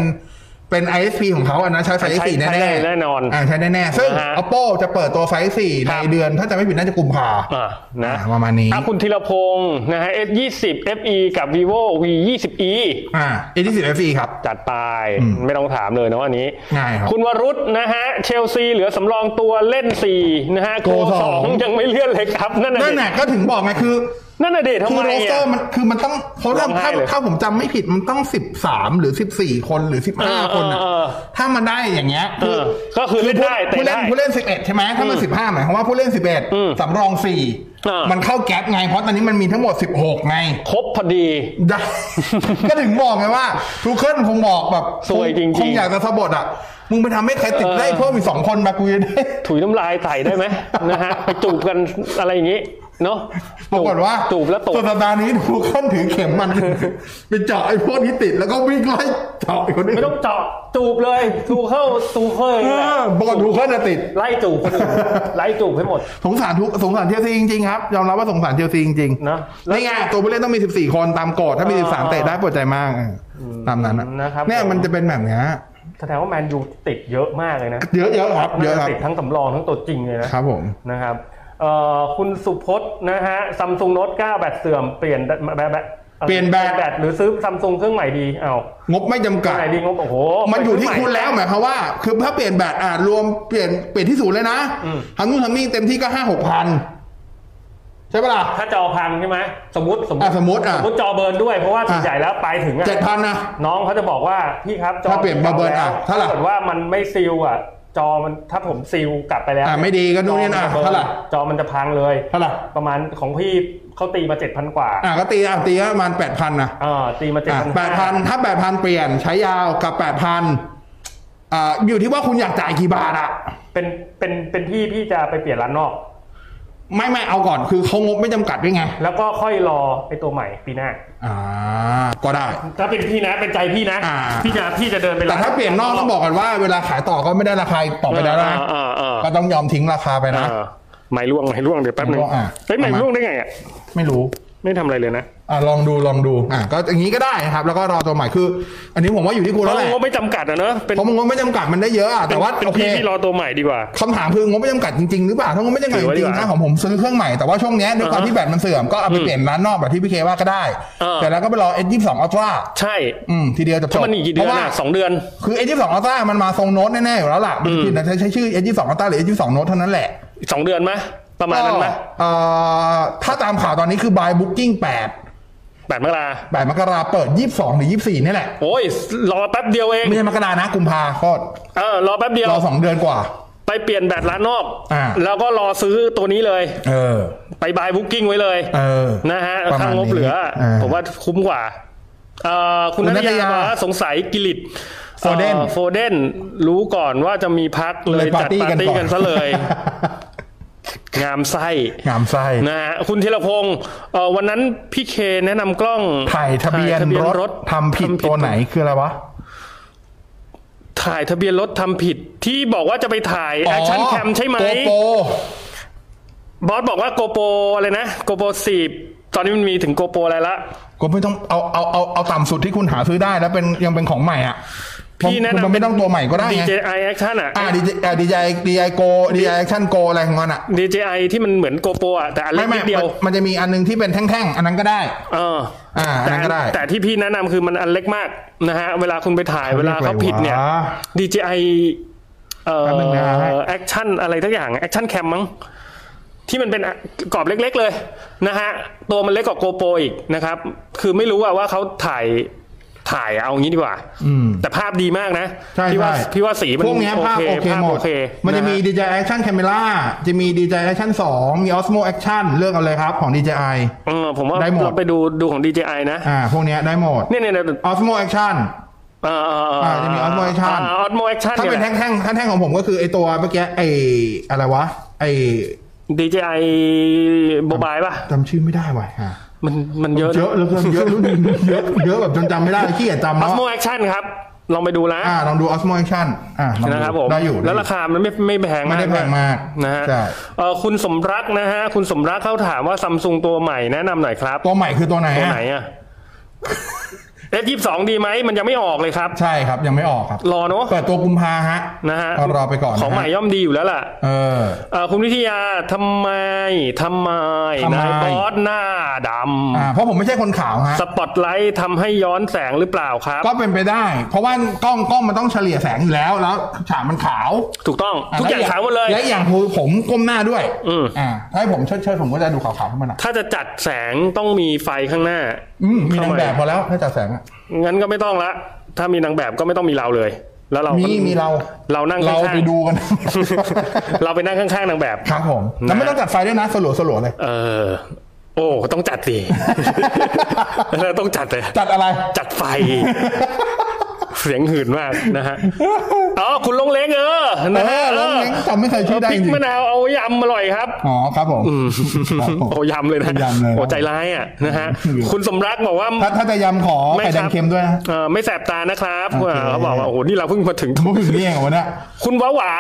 เป็น ISP ของเขาอันนั้นใช้ไฟ ใช้ X4 แน่ ใช้ แน่ แน่นอน อ่าใช้แน่แน่ๆซึ่ง นะฮะ Oppo จะเปิดตัวไฟ X4 ในเดือนถ้าจะไม่ผิดน่าจะกุมภา อ่ะนะ อ่ะประมาณนี้ อ่ะคุณธีรพงศ์นะฮะ S 2 0 FE กับ vivo V 2 0 E อ่า A10 FE ครับ จัดไปไม่ต้องถามเลยเนาะอันนี้ ง่ายครับ คุณวรุษนะฮะ เชลซีเหลือสำรองตัวเล่น 4 นะฮะโก โกสอง สองยังไม่เลื่อนเลยครับ นั่นน่ะ นั่น ดิ แหละก็ถึงบอกไงคือ นั่นน่ะดิทำ คือ ไม โรสเตอร์อ่ะมันคือมันต้องเพราะ ร้ ถ้า องไห้ ถ้า เลย ถ้าผมจำไม่ผิดมันต้องสิบสามหรือสิบสี่คนหรือสิบห้า เออ คนอ่ะ เออเออ ถ้ามันได้อย่างเงี้ย เออก็คือเล่นได้เตะ ผู้เล่น ได้ ผู้เล่นสิบเอ็ดใช่ไหมถ้ามันสิบห้าหมายความว่าผู้เล่นสิบเอ็ดสำรองสี่ เออ มันเข้าแก๊ปไงเพราะตอนนี้มันมีทั้งหมดสิบหกไง ครบพอดี ได้ (laughs) ก็ถึงบอกไงว่าทูเคิลคงบอกแบบ ซวยจริงๆ คงอยากจะสะบดอ่ะมึงไปทำให้ใครติดได้เพิ่มอีกสองคนมากูจะได้ ถุยน้ำลายใส่ได้ (laughs) ไหม นะฮะไปจูบกันอะไรอย่างงี้เนาะ ปรากฏว่า จูบแล้วตบ สุดสัปดาห์นี้ดูขั้นถือเข็มมัน (laughs) ไปเจาะไอ้พวกนี้ติดแล้วก็วิ่งไล่เจาะไอ้คนนี้ ไม่ต้องเจาะจูบเลยจูบเข้าจูบเข้าเลย เออบอกดูขั้นจะติด ไล่จูบคน (laughs) อื่นไล่จูบให้หมด สงสารทุกสงสารเชลซีจริงๆครับยอมรับว่าสงสารเชลซีจริงๆ นะ นี่ไงตัวผู้เล่นต้องมี 14 คนตามกฎถ้ามี เออ 13 เตะได้ปวดใจมากอ่ะตามนั้นอะ นะครับ เนี่ยมันจะเป็นแบบเนี้ย แสดงว่าแมนยูติดเยอะมากเลยนะ เยอะๆครับเยอะครับ ติดทั้งสำรองทั้งตัวจริงเลยนะครับ ผม นะครับเอ่อคุณสุพจน์นะฮะซัมซุงโน้ต9แบตเสื่อมเปลี่ยนแบตแบตแบตอ่อ เปลี่ยนแบต แบตหรือซื้อซัมซุงเครื่องใหม่ดีเอ้าง บไม่จำ เคกัรื่อง ด ไหนดีงบโอ้โห มันอยู่ที่คุณแล้วห ม มายความว่า คือถ้าเปลี่ยนแบตอ่ะรวมเปลี่ยนเปลี่ยนที่ศูนย์เลยนะ อืม ทำนู่นทำนี่เต็มที่ก็ห้าหกพัน ใช่ปะล่ะ ถ้าจอพังใช่ไหมสมมติสมมติ อ่ะสมมุติอ่ะ สมมติจอเบิร์นด้วยเพราะว่าส่วน อ่ะ ใหญ่แล้วไปถึงอ่ะ เจ็ดพันนะ น้องเขาจะบอกว่าพี่ครับจอ ถ้าเปลี่ยนมาเบิร์นอ่ะ ถ้า เท่าไหร่ เกิดว่ามันไม่ซีลอ่ะ จอมันถ้าผมซีลกลับไปแล้ว อ่ะไม่ดีก็นู่นนี่นั่นอ่ะ จมัจ เท่าไหร่ จอมันจะพังเลย เท่าไหร่ ประมาณของพี่เขาตีมาเจ็ดพันกว่า อ่ะก็ตีอ่ะตีก็ประมาณแปดพันนะ เออตีมาเจ็ด อ่ะ พัน แปดพันถ้าแปดพันเปลี่ยนใช้ยาวกับแปดพันอ่าอยู่ที่ว่าคุณอยากจ่ายกี่บาทอ่ะ เป็นเป็นเป็นพี่พี่จะไปเปลี่ยนร้านนอก ไม่ไม่เอาก่อนคือเขางบไม่จำกัดด้วยไง แล้วก็ค่อยรอไอตัวใหม่ปีหน้า อ่า ก็ได้ ถ้าเป็นพี่นะเป็นใจพี่นะ อ่า พี่จะพี่จะเดินไป แต่ถ้าเปลี่ยนนอกต้องบอกกันว่าเวลาขายต่อก็ไม่ได้ราคาอีกต่อไปแล้วนะ อ่าอ่า ก็ต้องยอมทิ้งราคาไปนะ อ่าไม่ล่วงไม่ล่วงเดี๋ยวแป๊บหนึง ไม่ล่วงอ่ะ เฮ้ยไม่ เอามา ล่วงได้ไงอ่ะ ไม่รู้ ไม่ทำอะไรเลยนะ อ่าลองดูลองดูอ่าก็อย่างนี้ก็ได้นะครับ แล้วก็รอตัวใหม่คือ อันนี้ผมว่าอยู่ที่คุณ เพ แล้ว ราะ แหละ งบไม่จำกัดอะเนอะเป็น เพราะมันงบไม่จำกัดมันได้เยอะอะแต่ว่า เป็น โอเค พี่ที่รอตัวใหม่ดีกว่า คำถามคืองบไม่จำกัดจริงๆหรือเปล่าถ้างบไม่จำกัด ถือ จ ไว้ ริงๆดีกว่า นะของผมซื้อเครื่องใหม่แต่ว่าช่วงเนี้ยด้วยความที่แบตมันเสื่อมก็เอาไปเปลี่ยนร้านนอกแบบที่พี่เคว่าก็ได้ อ่า แต่แล้วก็ไปรอ S22 Ultra ใช่ อืมทีเดียวจบ เพราะมันอีกกี่เดื เพ อน ราะว่า อ่ะสองเดือน คือ S22 Ultra มันมาทรงโน้ตแน่ๆอยู่แล้วล่ะมันผิดแต่ใช้ชื่อ S22 Ultra หรือ S22 Note เท่านั้นแหละ อีกสองเดือนไหมประมาณนั้นไหม ก็เอ่อถ้าตามข่าวตอนนี้คือ by booking 8 แปดมกรา 8มกราเปิด 22 หรือ 24 นี่แหละ โอ้ยรอแป๊บเดียวเอง ไม่ใช่มกรานะกุมภาก็ เออรอแป๊บเดียว รอ 2 เดือนกว่า ไปเปลี่ยนแบตร้านนอก อ่า แล้วก็รอซื้อตัวนี้เลย เออ ไปบายบุ๊กิ้งไว้เลย เออ นะฮะ ประ ถ้า มาณ งบ นี้ เหลือ อ่า ผมว่าคุ้มกว่าเอ่อคุณ คุณ นัท นัทยาย าบอกว่าสงสัยกิริต โฟเดน อ่อโฟเดนรู้ก่อนว่าจะมีพักเลยจัดปาร์ตี้กันซะ (laughs) เลย งามไส้ งามไส้ นะฮะคุณธีรพงศ์เอ่อวันนั้นพี่เคแนะนำกล้อง ถ่ายทะเบียนรถทำผิดตัวไหนคืออะไรวะ ถ่ายทะเบียนรถทำผิดที่บอกว่าจะไปถ่ายแอคชั่นแคมใช่ไหม โกโป บอสบอกว่าโกโปอะไรนะโกโปสีบตอนนี้มันมีถึงโกโปอะไรละ ก็ไม่ต้องเอาเอาเอาเอาต่ำสุดที่คุณหาซื้อได้แล้วเป็นยังเป็นของใหม่อ่ะ พี่แนะ คุณ นำ ไม่ต้องตัวใหม่ก็ได้ไง DJI Action อ่ะ อ่าดีอ่าดีใจดีไอโกดีไอแอคชั่นโกอะไรของมันอ่ะ DJI ที่มันเหมือนโกโปรอ่ะแต่อันเล็ ไม่ไม่กนิดเดียว มันมันจะมีอันนึงที่เป็นแท่งๆ อันนั้นก็ได้ เออ อ่าอัน แต่ นั้นก็ได้ แต่ที่พี่แนะนำคือมันอันเล็กมากนะฮะเวลาคุณไปถ่ายเวลาเขาผิดเนี่ย รีกอะไรวะ DJI เอ่อ แป๊บนึงนะฮะ แอคชั่นอะไรทักอย่างแอคชั่นแคมมั้งที่มันเป็นกรอบเล็ก ๆ เลยนะฮะตัวมันเล็กกว่าโกโปรอีกนะครับ คือไม่รู้ว่าว่าเขาถ่ายถ่ายเอางี้ดีกว่า อืม แต่ภาพดีมากนะ ใช่ พี่ว่า ใช่ พี่ว่าสีมัน พวกเนี้ยภาพโอเค ภาพ หม โอ ด เค มันจะมี ฮ DJI Action Camera จะมี DJI Action 2 มี Osmo Action เลือกเอาเลยครับของ DJI เออผมว่า ได้หมด เราไปดูดูของ DJI นะ อ่า พวกเนี้ยได้หมด เนี่ยเนี่ยเนี่ย Osmo Action อ่า อ่าจะมี Osmo Action ออสโมแอคชั่น ถ้า เนี่ เป็น ย แท่งๆแท่งๆของผมก็คือไอตัวเมื่อกี้ไออะไรวะ ไอ DJI โมบายป่ะ จำชื่อไม่ได้ว่ะอ่ะ มันมันเยอะ เยอะเหลือเกินเยอะรุ่นเยอะเยอะแบบจนจำไม่ได้ขี้เกียจจำ ออ แล้ ส ว โมแอคชั่นครับ ลองไปดูนะ อ่าลองดู Osmo Action อ่าลองดู นะครับผม ได้อยู่ แล้ว ได้อยู่ ราคามันไม่ไม่แพง ไม่ มาก ได้แพงมาก นะฮะ ใช่ เอ่อคุณสมรักนะฮะ คุณสมรักเขาถามว่าซัมซุงตัวใหม่แนะนำหน่อยครับ ตัวใหม่คือตัวไหน ตัว อ่ะ ไหน (laughs) อ่ะ S ยี่สิบสองดีไหม มันยังไม่ออกเลยครับ ใช่ครับยังไม่ออกครับ รอเนาะ เปิดตัวกุมภาฮะ นะฮะ เอารอไปก่อนนะ ของใหม่ย่อมดีอยู่แล้วล่ะ เออ เอ่อคุณวิทยาทำไมทำไม ทำไม นายบอสหน้าด อ่าเพราะผมไม่ใช่คนขาวฮะ ำสปอตไลท์ทำให้ย้อนแสงหรือเปล่าครับ ก็เป็นไปได้ เพราะว่ากล้องกล้องมันต้องเฉลี่ยแสงอยู่แล้วแล้วฉากมันขาว ถูกต้องทุกอย่างขาวหมดเลย และอย่างคือผมก้มหน้าด้วย อืม อ่าถ้าให้ผมเชิดเชิดผมก็จะดูขาวๆขึ้นมาหน่อย ถ้าจะจัดแสงต้องมีไฟข้างหน้า อืมมีนาง เข้ามา แบบพอแล้วถ้าจัดแสงอะ งั้นก็ไม่ต้องละ ถ้ามีนางแบบก็ไม่ต้องมีเราเลย แล้วเรา มี ก็ มีเรา เรานั่ง เรา ข้างๆ ไปดูกัน (laughs) เราไปนั่งข้างๆนางแบบ ครับผมแล้วไม่ต้องจัดไฟด้วยนะสลัวสลัวๆเลย เออ โอ้ต้องจัด (laughs) สิ เราต้องจัดเลย จัดอะไร จัดไฟ เสียงหื่นมากนะฮะ อ๋อ คุณลงเล้งเออนะฮะ เออลงเล้งจำไม่เคยชื่อได้ พริก จริง มะนาวเอายำอร่อยครับ อ๋อครับผมครับผม โอ้ยำเลยนะ ยำเลย โอ้ใจร้ายอ่ะนะฮะ อืม คุณสมรักบอกว่า ถ้าถ้าจะยำขอไข่แดงครับ เค็มด้วยนะ เออไม่แสบตานะครับ โอเค เออเขาบอกว่าโอ้โหนี่เราเพิ่งมาถึง พูดถึงนี่เองเหรอวะเนี่ย คุณว้าหวา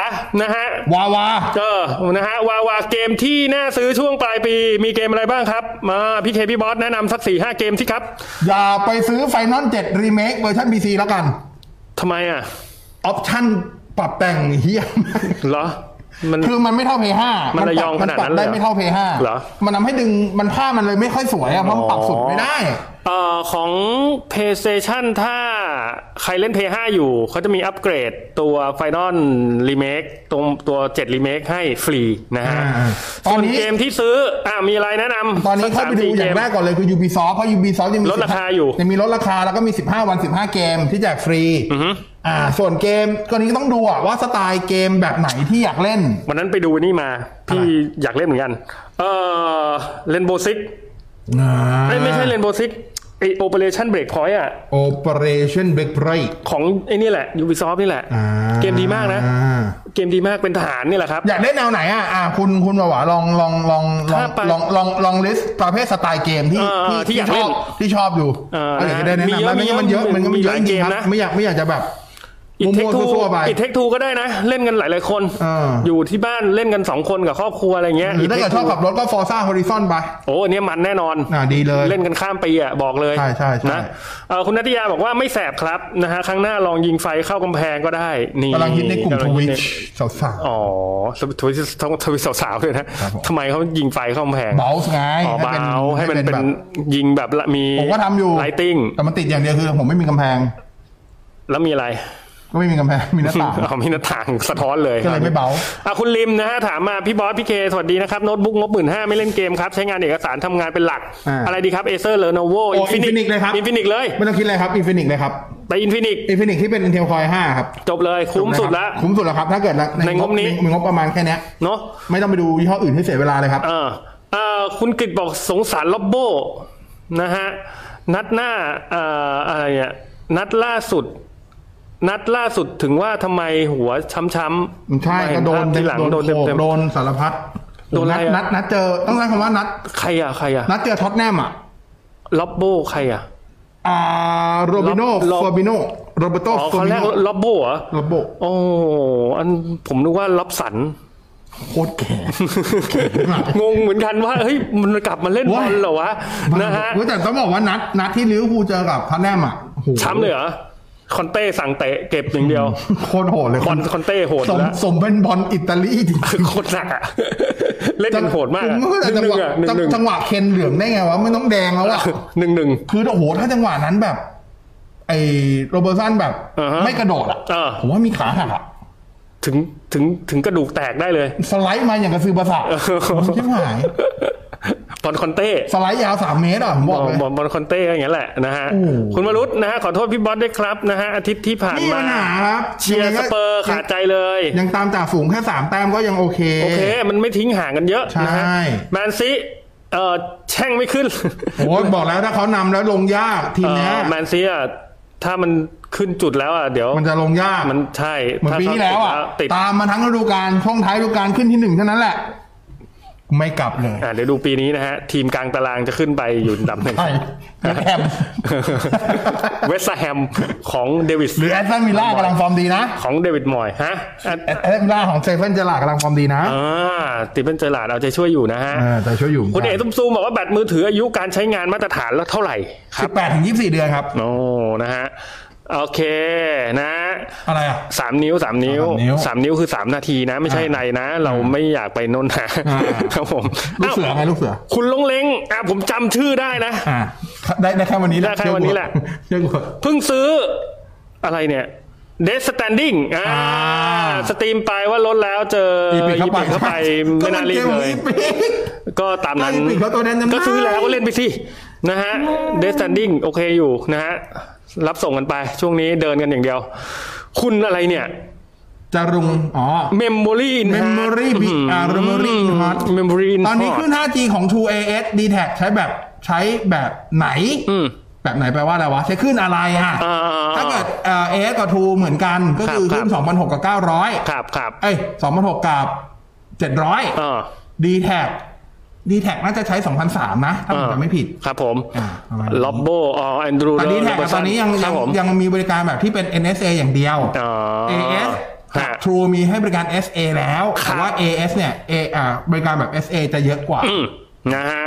นะฮะ วาวา เออนะฮะวาวาเกมที่น่าซื้อช่วงปลายปี มีเกมอะไรบ้างครับมาพี่เคพี่บอสแนะนำสักสี่ห้าเกมสิครับ อย่าไปซื้อไฟนอลเจ็ดรีเมคเวอร์ชัน PC แล้วกัน ทำไมอ่ะ ออปชั่นปรับแต่งเฮียมาก เหรอมัน คือมันไม่เท่า p 5 มันระยองขนาดนั้นเลย ได้ เหรอ ไม่เท่า p เหรอ 5มันทำให้ดึงมันผ้าพมันเลยไม่ค่อยสวยอะเพราะมันปรับสุดไม่ได้ เอ่อของ PlayStation ถ้า ใครเล่น p 5อยู่เขาจะมีอัปเกรดตัว Final Remake ตรงตัว 7 Remake ให้ฟรีนะฮะ อ่าต ส่ อน วน นี้ เกมที่ซื้ออ่ามีอะไรแนะนำ ตอนนี้ สั เข้าไปดู 3-4 อย่างแรกก่อนเลยคือ Ubisoft เพราะ Ubisoft ยังมี ลดราคา 15 อยู่ ยังมีลดราคาแล้วก็มี 15 วัน 15 เกมที่แจกฟรี อือฮึ อ่า ส่วนเกมตอนนี้ก็ต้องดูอะว่าสไตล์เกมแบบไหนที่อยากเล่น วันนั้นไปดูนี่มา พี่อยากเล่นเหมือนกัน เออเลนโบซิกไม่ใช่เลนโบซิกไอโอเปอเรชั่นเบรกพอยต์อ่ะ Operation Big Break ของไอ้นี่แหละ Ubisoft นี่แหละ อ่า เกมดีมากนะ เกมดีมากเป็นทหารนี่แหละครับ อยากเล่นแนวไหนอ่ะอ่าคุณคุณหวาลองลองลองลอง ถ้าไป ลองลองลองลิสต์ประเภทสไตล์เกมที่ เออเออที่อยาก ช เล่ อนบที่ชอบอยู่ เออ ก็อยากจะได้แนะ มีเย นำ อะ แล้วไม่งั้นมันเยอะ มี มันก็มันเยอะเยอะ มีหลา จ ย ริงๆครับ เกมนะ ไม่อยากไม่อยากจะแบบ อิ มั่ เทควทู ๆทั่วๆไป อิเทคทูก็ได้นะ เล่นกันหลายๆคน อ่า ยู่ที่บ้านเล่นกันสองคนกับครอบครัวอะไรเงี้ย หรือถ้าเกิด It Take ชอบ Two ขับรถก็ Forza Horizon ไป โอ้อันเนี้ยมันแน่นอน อ่าดีเลย เล่นกันข้ามปีอ่ะบอกเลย ใช่ใช่ใช่ นะเอ่อคุณนัทยาบอกว่าไม่แสบครับนะฮะครั้งหน้าลองยิงไฟเข้ากำแพงก็ได้ นี่ กำลังฮิตในกลุ่ม ำ ท ฮิ วิ ตใน ชสาว อ๋อทวิตต้องทวิตสาวๆเลยนะครับ ผม ทำไมเขายิงไฟเข้ากำแพง ๆเบาสไง อ๋อเบาให้มันเป็น แบบ ยิงแบบละมี ผมก็ทำอยู่ ไลติ้ง แต่มันติดอย่างเดียวคือผมไม่มีกำแพง แล้วมีอะไร ก็ไม่มีกำแพงมีหน้าต่าง (laughs) อ๋อมีหน้าต่างสะท้อนเลย ก็เลยไม่เบา อ่ะคุณลิมนะฮะถามมาพี่บอสพี่เคสวัสดีนะครับโน้ตบุ๊กงบหมื่นห้าไม่เล่นเกมครับ ใช้งานเอกสารทำงานเป็นหลัก อ่า อะไรดีครับเอเซอร์เลโนโว โอ้ Infinix เลยครับ อินฟินิกเลย ไม่ต้องคิดเลยครับอินฟินิกเลยครับ ไปอินฟินิก อินฟินิกที่เป็น Intel Core i5 ครับ จบเลยคุ้มสุดละ นะครับคุ้มสุดแล้วครับ ถ้าเกิด ในงบนี้ มีงบประมาณแค่เนี้ย เนาะ ไม่ต้องไปดูยี่ห้ออื่นให้เสียเวลาเลยครับ เออเออคุณกฤษบอกสงสารล็อบโบนะฮะนัดหน้าเอ่ออะไรอะนัดล่าสุด นัดล่าสุดถึงว่าทำไมหัวช้ำๆ ใช่ ไม่ ก็โดน ภาพที่หลังโดน โขก เต็ม โดนสารพัด โดนอะไร ด อะ นัดนัดเจอต้องใช้คำว่านัด ๆใครอ่ะใครอ่ะ นัดเจอท็อตแนมอ่ะ ล็อบโบใครอ่ะ อ่าโรบิโน ล็อบ ฟอร์บิโนโรเบโต อ๋อ ฟอ เขา ร์บิ แร โน กล็อบโบเหรอ โรโบ โอ้อันผมนึกว่าล็อบสัน (laughs) โคตรแก่ งงเหมือนกันว่า เฮ้ย มันกลับมาเล่นบอลเหรอวะ นะฮะ เว้ยแต่ต้องบอกว่านัดนัดที่ลิเวอร์พูลเจอกับท็อตแนมอ่ะโอ้โห ช้ำเลยเหรอ คอนเต้สั่งเตะเก็บอย่างเดียว โคตรโหดเลย บอลคอนเต้โหด สม แล้ว สมเป็นบอลอิตาลีจริงๆ โคตรหนักอะเล่นกันโหดมาก ผ อะ ไเข้าใจ ห จั นึ่ ง ง หวะ ๆอะหจังนึ่งหนึ่ง จังหวะเคนเหลืองได้ไงวะไม่ต้องแดงแล้วอะ หนึ่งหนึ่ง คือโอ้โหถ้าจังหวะนั้นแบบ ไอ้โรเบอร์ตสันแบบ อ่าฮะ ไม่กระโดดอะ อ่า ผมว่ามีขาหักอะ ถึงถึงถึงกระดูกแตกได้เลย (laughs) สไลด์มาอย่างกระซือประสาทใช่ไหม บอลคอนเต้ สไลด์ยาวสามเมตรอะผม บบ อ อก ล เลย บอลบอลคอนเต้อย่างเงี้ยแหละนะฮะ โอ้ คุณวรุษนะฮะขอโทษพี่บอสด้วยครับนะฮะอาทิตย์ที่ผ่าน นี่ มา ปัญหาครับ เชียร์สเปอร์ขาดใจเลย ยังตามจ่าฝูงแค่สามแต้มก็ยังโอเค โอเค มันไม่ทิ้งห่างกันเยอะ ใช่ นะฮะแมนซีเอ่อแช่งไม่ขึ้น โอ้ยบอกแล้วถ้าเขานำแล้วลงยากที เอ่ มเนี้ย อแมนซีอ่ะ ถ้ามันขึ้นจุดแล้วอ่ะ เดี๋ยว มันจะลงยาก มันใช่ เหมือน ถ้า ปีที่แล้วอ่ะ ติด ตามมาทั้งฤดูกาลช่วงท้ายฤดูกาลขึ้นที่หนึ่งเท่านั้นแหละ ไม่กลับเลย อ่ะเดี๋ยวดูปีนี้นะฮะ ทีมกลางตารางจะขึ้นไปอยู่อันดับหนึ่ง (laughs) ใช่แล้วแฮม เวสต์แฮมของเดวิส หรือแอสตันวิลล่ากำลังฟอร์มดีนะ ของเดวิดมอยฮะอ่ะ แอสตันวิลล่าของเซเว่นเจอร์ลาร์ดกำลังฟอร์มดีนะ อ่าติเป็นเจอร์ลาร์ดเอาใจช่วยอยู่นะฮะ เออแต่ช่วยอยู่ คุณเอกตุ้มซูมบอกว่าแบตมือถืออายุการใช้งานมาตรฐานแล้วเท่าไหร่ค สิ รับบ แปดถึงยี่สิบสี่เดือนครับ โอ้นะฮะโอเคนะ อะไรอ่ะ สามนิ้วสามนิ้ว สามนิ้ว สามนิ้วคือสามนาทีนะ ไม่ใช่ในนะ เราไม่อยากไปโน่นนะ อ่า ครับผม ลูกเสือไงลูกเสือ คุณลงเล้งอ่ะผมจำชื่อได้นะ อ่า ได้ได้แค่วันนี้แหละ ได้แค่วันนี้แหละ เชื่อกูเถอะ เพิ่งซื้ออะไรเนี่ยเดสสแตนดิ้งอ่า อ่า สตรีมไปว่าลดแล้วเจอ อีปิดเข้าไป อีปิดเข้าไปไม่น่ารีบเลย ก็มันกมอีปิด ก็ตามนั้น ได้ปิดเขาตัวนั้นนะ ก็ซื้อแล้วก็เล่นไปสินะฮะเดสตันดิ้งโอเคอยู่นะฮะรับส่งกันไปช่วงนี้เดินกันอย่างเดียว คุณอะไรเนี่ย จะรุงอ๋อ เมมโมรี่ (laughs) Memory Big อ่า Memory in Heart เมมโมรี่ ตอนนี้ขึ้น 5G ของ True AS d t a c ใช้แบบใช้แบบไหน อืม แบบไหนแปลว่าอะไรวะ ใช้ขึ้นอะไรอ่ะ อ่า ถ้าเกิดเอ่อ AS กับ True เหมือนกัน ก็คือ ครับ ขึ้น2,600 กับ 900 ครับครับ เอ้ย2,600 กับ อ่า 700 d t a c d t a c น่าจะใช้2,003นะ ถ้าผมจำไม่ผิด ครับผม อ่าประมาณนี้ ล็อบโบอ๋อแอนดรู แต่ d t a c ตอนนี้ยัง ค ยั รับ ง ผม ยังมีบริการแบบที่เป็น NSA อย่างเดียว อ๋อ AS กับ ฮะ True มีให้บริการ SA แล้ว ครั แต่ บ ว่า AS เนี่ย A อ่าบริการแบบ SA จะเยอะกว่า อืมนะฮะ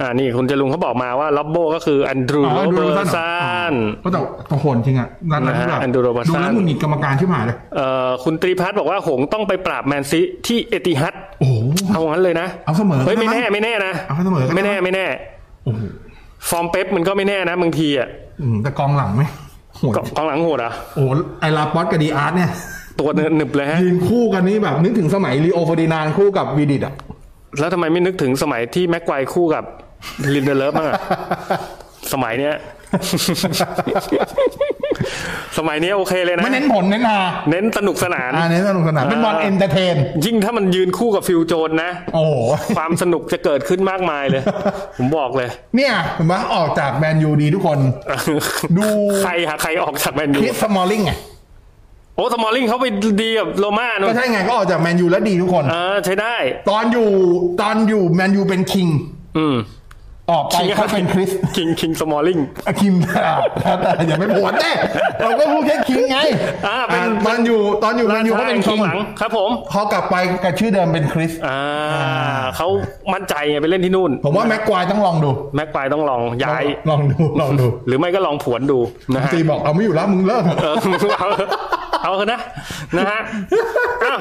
อ่านี่คุณจรุงเขาบอกมาว่าล็อบโบก็คือแอนดรู อ๋อ เบ ดู อ โรบัส ร์ สั ซัน นก็แต่แต่โหดจริงอ่ะนัดนั้น นะฮะ แบบ อันดูโรบัสสัน ดูแล้วหงุดหงิดกรรมการที่หมายเลย เอ่อคุณตรีพัฒน์บอกว่าหงส์ต้องไปปราบแมนซีที่เอติฮัด โอ้โห เอางั้นเลยนะ เอาเสมอ เฮ้ยไม่ ใช่ แน่ ไหม ไม่แน่นะ เอาเสมอกัน ไม่แน่ไม่แน่ โอ้โห ฟอร์มเป๊ปมันก็ไม่แน่นะบางทีอ่ะ อืมแต่กองหลังไหม โอ้โห กองกองหลังโหดเหรอ่ะ โอ้โหไอลาปอสกับดีอาร์ตเนี่ย ตัวหนึบเลยฮะ ยืนคู่กันนี่แบบนึกถึงสมัยลีโอเฟอร์ดินานด์คู่กับวีดิตอ่ะ แล้วทำไมไม่นึกถึงสมัยที่แม็กไกวร์คู่กับลินเดเลฟบ้างอะ สมัยเนี้ย สมัยเนี้ยโอเคเลยนะ ไม่เน้นผลเน้นฮา เน้นสนุกสนาน อ่าเน้นสนุกสนานเป็นบอลเอนเตอร์เทน ยิ่งถ้ามันยืนคู่กับฟิลโจนนะ โอ้โห ความสนุกจะเกิดขึ้นมากมายเลย (laughs) ผมบอกเลย (laughs) เนี่ยเห็นไหมออกจากแมนยูดีทุกคน ดู ใครหาใครออกจากแมนยู คริสสมอลลิงไง โอ้สมอลลิงเขาไปดีกับโรม่านู่ ก็ น ใช่ไงก็ออกจากแมนยูแล้วดีทุกคน เออใช้ได้ ตอนอยู่ตอนอยู่แมนยูเป็นคิง อืม ออกไปก็เป็นคริส คิงคิงสมอลลิง อ่ะคิง (laughs) อ่ะแต่อย่าไม่ปวดแน่เราก็พูดแค่คิงไง อ่าเป็น อ่ะตอนอยู่ตอนอยู่แมนยูก็เป็นคิง หลังครับผม พอกลับไปกับชื่อเดิมเป็นคริส อ่าเขามั่นใจไงไปเล่นที่นู่น ผมว่าแม็กควายต้องลองดู แม็กไกวร์ต้องลองย้าย ลองดูลองดู หรือไม่ก็ลองผวนดูนะฮะ ตีบอกเอาไม่อยู่แล้วมึงเลิก เอ (laughs) อเอาเอาเถอะนะ นะฮะอ้าว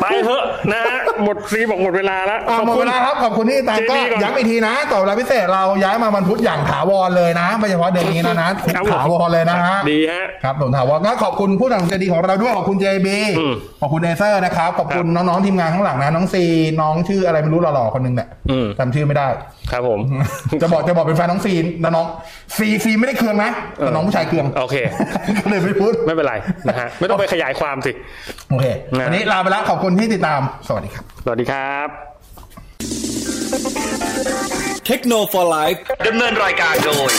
ไปเถอะนะฮะหมดฟรีบอกหมดเวลาแล้ว อ่ะหมดเวลาครับขอบคุณที่ติดตามก็ เจนี่ก่อน ย้ำอีกทีนะต่อเวลาพิเศษเราย้ายมาวันพุธอย่างถาวรเลยนะไม่เฉพาะเดือนนี้นะนะครับ ผม ถาวรเลยนะฮะ ดีฮะ ครับผมถามว่าก็ขอบคุณผู้สนับสนุนใจดีของเราด้วยขอบคุณ JB อืม ขอบคุณเอเซอร์นะครับ ขอบคุณน้องๆทีมงานข้างหลังนะ น้องซีน้องชื่ออะไรไม่รู้หล่อๆคนหนึงเนี่ย อืม จำชื่อไม่ได้ (laughs) ครับผม จะบอกจะบอกเป็นแฟนน้องซีนะน้องซีซีไม่ได้เคืองนะแต่น้องผู้ชายเคือง โอเค ก็เลยไม่พูด ไม่เป็นไรนะฮะ ไม่ต้องไปขยายความสิ โอเค นะ วันนี้ลาไปแล้วขอบคุณที่ติดตามสวัสดีครับ สวัสดีครับ เทคโนโลยีไลฟ์ ดำเนินรายการโดย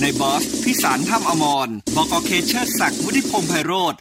ในบอสพิสารถ้ำอมรบอกอเคเชอร์ศักดิ์วุฒิพงษ์ไพโรธ